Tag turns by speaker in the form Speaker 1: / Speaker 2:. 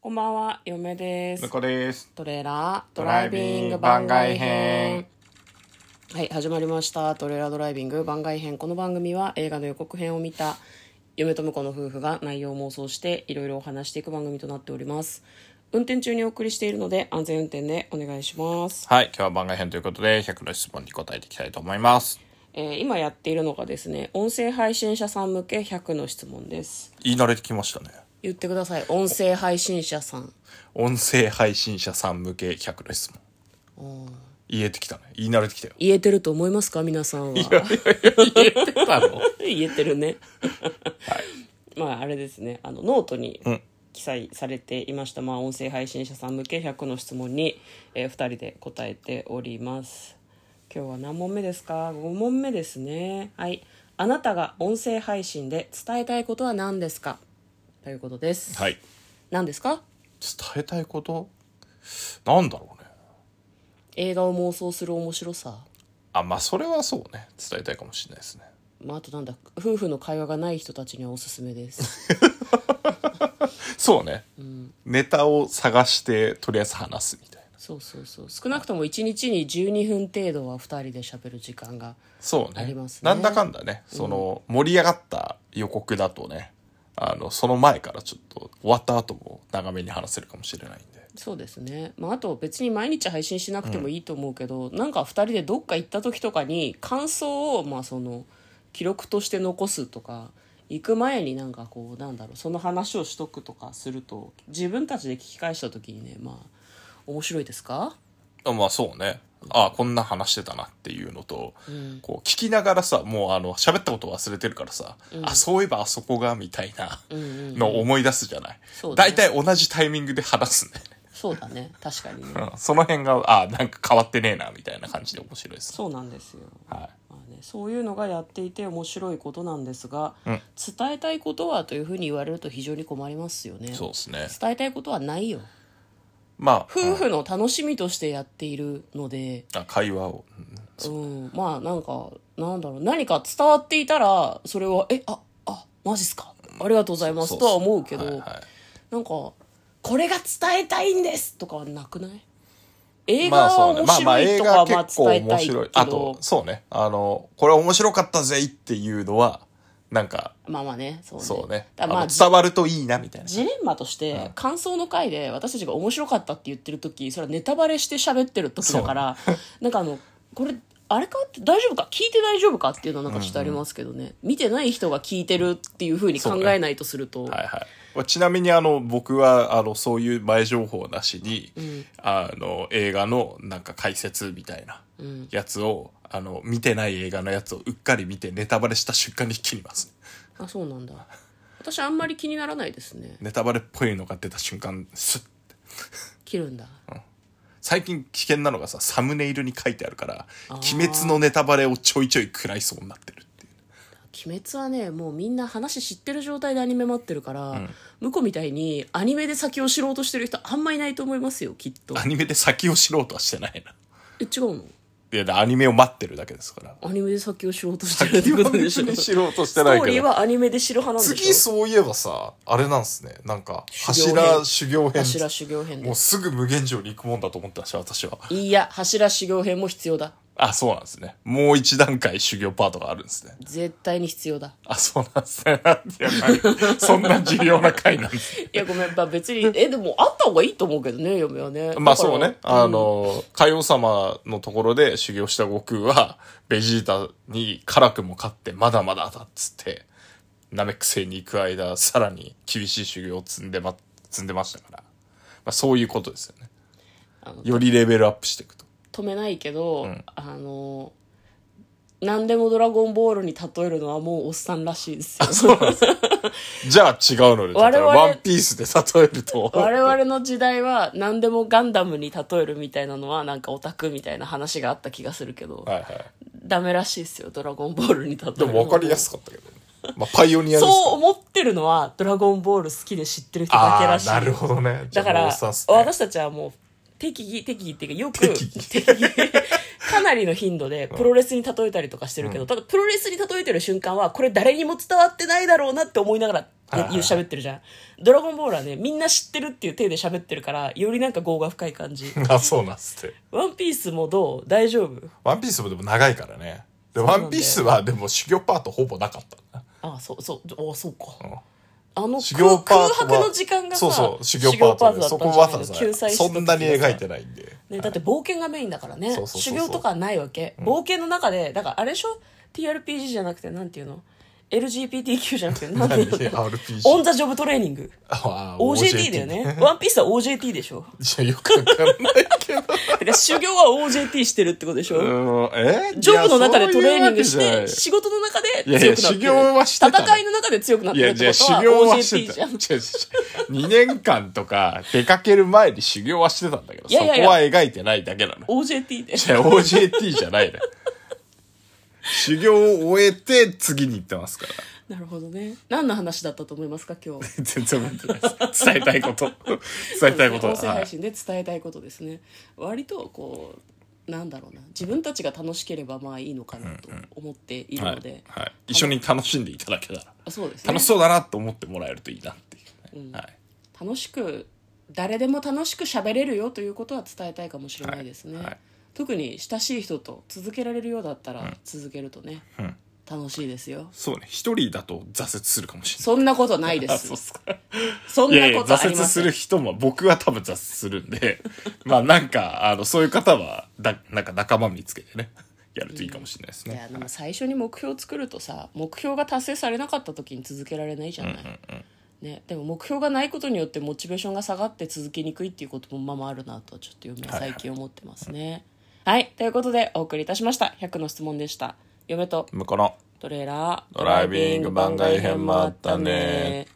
Speaker 1: こんばんは、嫁です
Speaker 2: 向。こうです
Speaker 1: トレーラードライビング番外編。はい、始まりました。トレーラードライビング番外編。この番組は映画の予告編を見た嫁と婿の夫婦が内容を妄想していろいろお話していく番組となっております。運転中にお送りしているので安全運転でお願いします。
Speaker 2: はい今日は番外編ということで100の質問に答えていきたいと思います
Speaker 1: えー今やっているのがですね、音声配信者さん向け100の質問です。
Speaker 2: 言い慣れてきましたね
Speaker 1: 言ってください。音声配信者さん。
Speaker 2: 音声配信者さん向け100の質問言えてきたね言い慣れてきたよ
Speaker 1: 言えてると思いますか皆さんは。
Speaker 2: 言えてたの
Speaker 1: 言えてるね、まああれですねあのノートに記載されていました、まあ、音声配信者さん向け100の質問に、え2人で答えております今日は何問目ですか5問目ですねはいあなたが音声配信で伝えたいことは何ですかということです、
Speaker 2: はい
Speaker 1: 何ですか
Speaker 2: 伝えたいことなんだろうね
Speaker 1: 映画を妄想する面白さ
Speaker 2: あまあそれはそうね伝えたいかもしれないですね
Speaker 1: まあ、あとなんだ夫婦の会話がない人たちにはおすすめです
Speaker 2: そうね、ネタを探してとりあえず話すみたいな
Speaker 1: そうそうそう少なくとも1日に12分程度は2人で喋る時間が
Speaker 2: そう
Speaker 1: あ
Speaker 2: ね
Speaker 1: りますね
Speaker 2: なんだかんだねその盛り上がった予告だとねあのその前からちょっと終わった後も長めに話せるかもしれないんで
Speaker 1: そうですね、まあ、あと別に毎日配信しなくてもいいと思うけど、なんか2人でどっか行った時とかに感想をまあその記録として残すとか行く前になんかこうなんだろうその話をしとくとかすると自分たちで聞き返した時にねまあ面白いですか
Speaker 2: あまあそうねあこんな話してたなっていうのと、こう聞きながらさもうあの喋ったこと忘れてるからさ、あそういえばあそこがみたいなのを思い出すじゃない、
Speaker 1: そうだね
Speaker 2: 大体同じタイミングで話すんだよね
Speaker 1: そうだね確かにね
Speaker 2: うんその辺があなんか変わってねえなみたいな感じで面白いですね
Speaker 1: そうなんですよ、
Speaker 2: はい
Speaker 1: まあね、そういうのがやっていて面白いことなんですが、伝えたいことはというふうに言われると非常に困りますよね
Speaker 2: そうですね
Speaker 1: 伝えたいことはないよ
Speaker 2: まあ
Speaker 1: 夫婦の楽しみとしてやっているので、
Speaker 2: あ会話を、うん
Speaker 1: うん、まあなんかなんだろう何か伝わっていたらそれは「えああマジっすかありがとうございます」
Speaker 2: そう
Speaker 1: と
Speaker 2: そう
Speaker 1: は思うけど、
Speaker 2: はいはい
Speaker 1: なんか「これが伝えたいんです」とかはなくない映画
Speaker 2: まあ
Speaker 1: は
Speaker 2: そうね。
Speaker 1: 面
Speaker 2: まあまあ
Speaker 1: 白い
Speaker 2: 映
Speaker 1: と
Speaker 2: 画
Speaker 1: かは
Speaker 2: は
Speaker 1: まあ
Speaker 2: 結構
Speaker 1: 伝え
Speaker 2: 面
Speaker 1: たいけ
Speaker 2: 白い
Speaker 1: ど。
Speaker 2: あと、そうね。あの、これ面白かったぜっていうのは、なんか、
Speaker 1: まあまあねそうね
Speaker 2: そうね。
Speaker 1: だか
Speaker 2: あの
Speaker 1: らまあ
Speaker 2: 伝わるといいなみたいな。
Speaker 1: ジレンマとして感想の回で私たちが面白かったって言ってる時それはネタバレして喋ってる時だから、 なんかあのこれあれかって大丈夫か聞いて大丈夫かっていうのはなんかちょっとありますけどね、見てない人が聞いてるっていうふうに考えないとすると、
Speaker 2: はいはい。ちなみにあの、僕は、あの、そういう前情報なしに、あの、映画のなんか解説みたいなやつを、あの、見てない映画のやつをうっかり見てネタバレした瞬間に切ります。
Speaker 1: あそうなんだ私あんまり気にならないですね
Speaker 2: ネタバレっぽいのが出た瞬間、スッ
Speaker 1: 切るんだ
Speaker 2: 最近危険なのがさサムネイルに書いてあるから「鬼滅のネタバレ」をちょいちょい食らいそうになってるっていう
Speaker 1: 鬼滅はねもうみんな話知ってる状態でアニメ待ってるから、向こうみたいにアニメで先を知ろうとしてる人あんまいないと思いますよきっと
Speaker 2: アニメで先を知ろうとはしてないな
Speaker 1: え違うの
Speaker 2: いやだアニメを待ってるだけですから
Speaker 1: アニメで先を知ろうとしてるってことでしょ
Speaker 2: 先を知ろうとしてない
Speaker 1: スト
Speaker 2: けど
Speaker 1: ーリーはアニメで知る派なんで
Speaker 2: 次
Speaker 1: しょ
Speaker 2: そういえばさあれなんすねなんか
Speaker 1: 修行編
Speaker 2: 柱修行編
Speaker 1: 柱修行編
Speaker 2: も
Speaker 1: で
Speaker 2: うすぐ無限城に行くもんだと思ってました私はい
Speaker 1: や柱修行編も必要だ
Speaker 2: あそうなんですねもう一段階修行パートがあるんですね
Speaker 1: 絶対に必要だ
Speaker 2: あそうなんですねやばいそんな重要な回なんです
Speaker 1: いやごめん、まあ、別にえでもあった方がいいと思うけどね嫁はね
Speaker 2: まあ
Speaker 1: だから
Speaker 2: そうね。あの、海王様のところで修行した悟空は、ベジータに辛くも勝って、まだまだだっつって、ナメック星に行く間、さらに厳しい修行を積んでま、積んでましたから。まあそういうことですよね
Speaker 1: あの。
Speaker 2: よりレベルアップしていくと。
Speaker 1: 止めないけど、あの何でも「ドラゴンボール」に例えるのはもうおっさんらしいですよ
Speaker 2: そうなんですよじゃあ違うので、
Speaker 1: 我
Speaker 2: 例え
Speaker 1: 々
Speaker 2: ばワンピースで例え ると。
Speaker 1: 我々の時代は何でもガンダムに例えるみたいなのはなんかオタクみたいな話があった気がするけど、
Speaker 2: はいはい。
Speaker 1: ダメらしいですよ「ドラゴンボール」に例える
Speaker 2: で
Speaker 1: のは
Speaker 2: も分かりやすかったけどね。まあパイオニアですから
Speaker 1: そう思ってるのは「ドラゴンボール」好きで知ってる人だけ
Speaker 2: あ
Speaker 1: らしい
Speaker 2: あ、なるほどね。
Speaker 1: だから
Speaker 2: じゃあもうおっさんっすね
Speaker 1: 私たちはもう適宜適宜っていうかよく
Speaker 2: 適宜
Speaker 1: 適宜 かなりの頻度でプロレスに例えたりとかしてるけど、ただプロレスに例えてる瞬間はこれ誰にも伝わってないだろうなって思いながら
Speaker 2: はいはい
Speaker 1: 言う喋ってるじゃん「ドラゴンボール」はねみんな知ってるっていう体で喋ってるからよりなんか業が深い感 じ
Speaker 2: い。あ、そうなんすって。
Speaker 1: 「ワンピースもどう大丈夫
Speaker 2: ワンピースもでも長いからね。で、
Speaker 1: うな
Speaker 2: ワ
Speaker 1: んだよ
Speaker 2: ンピースはでも修行パートほぼなかったな。
Speaker 1: ああそうそうあそうか、
Speaker 2: ん
Speaker 1: あの
Speaker 2: 修行パートは
Speaker 1: 空白の時間がさ
Speaker 2: そうそう、修行パートで。そこわざわざ、
Speaker 1: 救済
Speaker 2: そんなに描いて
Speaker 1: る、
Speaker 2: ないんで。
Speaker 1: ね、だって冒険がメインだからね
Speaker 2: そうそうそうそう
Speaker 1: 修行とかはないわけ、冒険の中でだからあれでしょ TRPG じゃなくてなんていうの LGBTQ じゃなくてなんていうの
Speaker 2: RPG
Speaker 1: オン・ザ・ジョブトレーニング
Speaker 2: あ
Speaker 1: OJT だよね。ワンピースは OJT でしょ
Speaker 2: いや、よくわかんないけど。
Speaker 1: だから修行は OJT してるってことでし
Speaker 2: う
Speaker 1: ょ
Speaker 2: ん え
Speaker 1: ジョブの中でトレーニングし
Speaker 2: いやそういうわ
Speaker 1: て
Speaker 2: けじ
Speaker 1: 仕事の中で
Speaker 2: いや
Speaker 1: 強くなって
Speaker 2: いや
Speaker 1: る
Speaker 2: 修行はしてたの
Speaker 1: 戦いの中で強くなっ
Speaker 2: ゃないい
Speaker 1: てる
Speaker 2: や、
Speaker 1: っ
Speaker 2: じゃ
Speaker 1: てこと
Speaker 2: あ修
Speaker 1: は
Speaker 2: 行はして
Speaker 1: OJT じ
Speaker 2: た。
Speaker 1: ゃ
Speaker 2: 違うん違う違う2年間とか出かける前に修行はしてたんだけど、
Speaker 1: いやいやいや
Speaker 2: そこは描いてないだけなの。
Speaker 1: OJT で
Speaker 2: じゃあ OJT じゃないね。修行を終えて次に行ってますから。
Speaker 1: なるほどね何の話だったと思いますか今日
Speaker 2: 全然思ってないです。伝えたい こと。伝えたいこと。
Speaker 1: 音声
Speaker 2: は
Speaker 1: 配
Speaker 2: い。
Speaker 1: 信で伝えたいことですね、割とこうなんだろうな自分たちが楽しければまあいいのかなと思っている
Speaker 2: は
Speaker 1: ので、
Speaker 2: い。はい一緒に楽しんでいただけたら。
Speaker 1: あそうですね
Speaker 2: 楽しそうだなと思ってもらえるといいなっていうね。はい。
Speaker 1: 楽しく誰でも楽しく喋れるよということは伝えたいかもしれないですね、
Speaker 2: はいはい
Speaker 1: 特に親しい人と続けられるようだったら続けるとね、
Speaker 2: うん
Speaker 1: 楽しいですよ
Speaker 2: そうね。一人だと挫折するかもしれない。
Speaker 1: そんなことないで
Speaker 2: あ
Speaker 1: す
Speaker 2: そうっすか。
Speaker 1: そん
Speaker 2: いやい
Speaker 1: な
Speaker 2: や、
Speaker 1: ことあ
Speaker 2: 挫
Speaker 1: り
Speaker 2: 折
Speaker 1: ますせん
Speaker 2: る人も、僕は多分挫折するんで、 まあなんか、あの、そういう方は、だ、なんか仲間見つけてね、やるといいかもしれないです
Speaker 1: い
Speaker 2: ね。
Speaker 1: やでも最初に目標を作るとさ目標が達成されなかった時に続けられないじゃない、ね、でも目標がないことによってモチベーションが下がって続けにくいっていうこともまあまああるなとはちょっと嫁は最近思ってますねはい、ということでお送りいたしました100の質問でした嫁と
Speaker 2: 向こうの
Speaker 1: トレーラー
Speaker 2: ドライビング番外編もあったね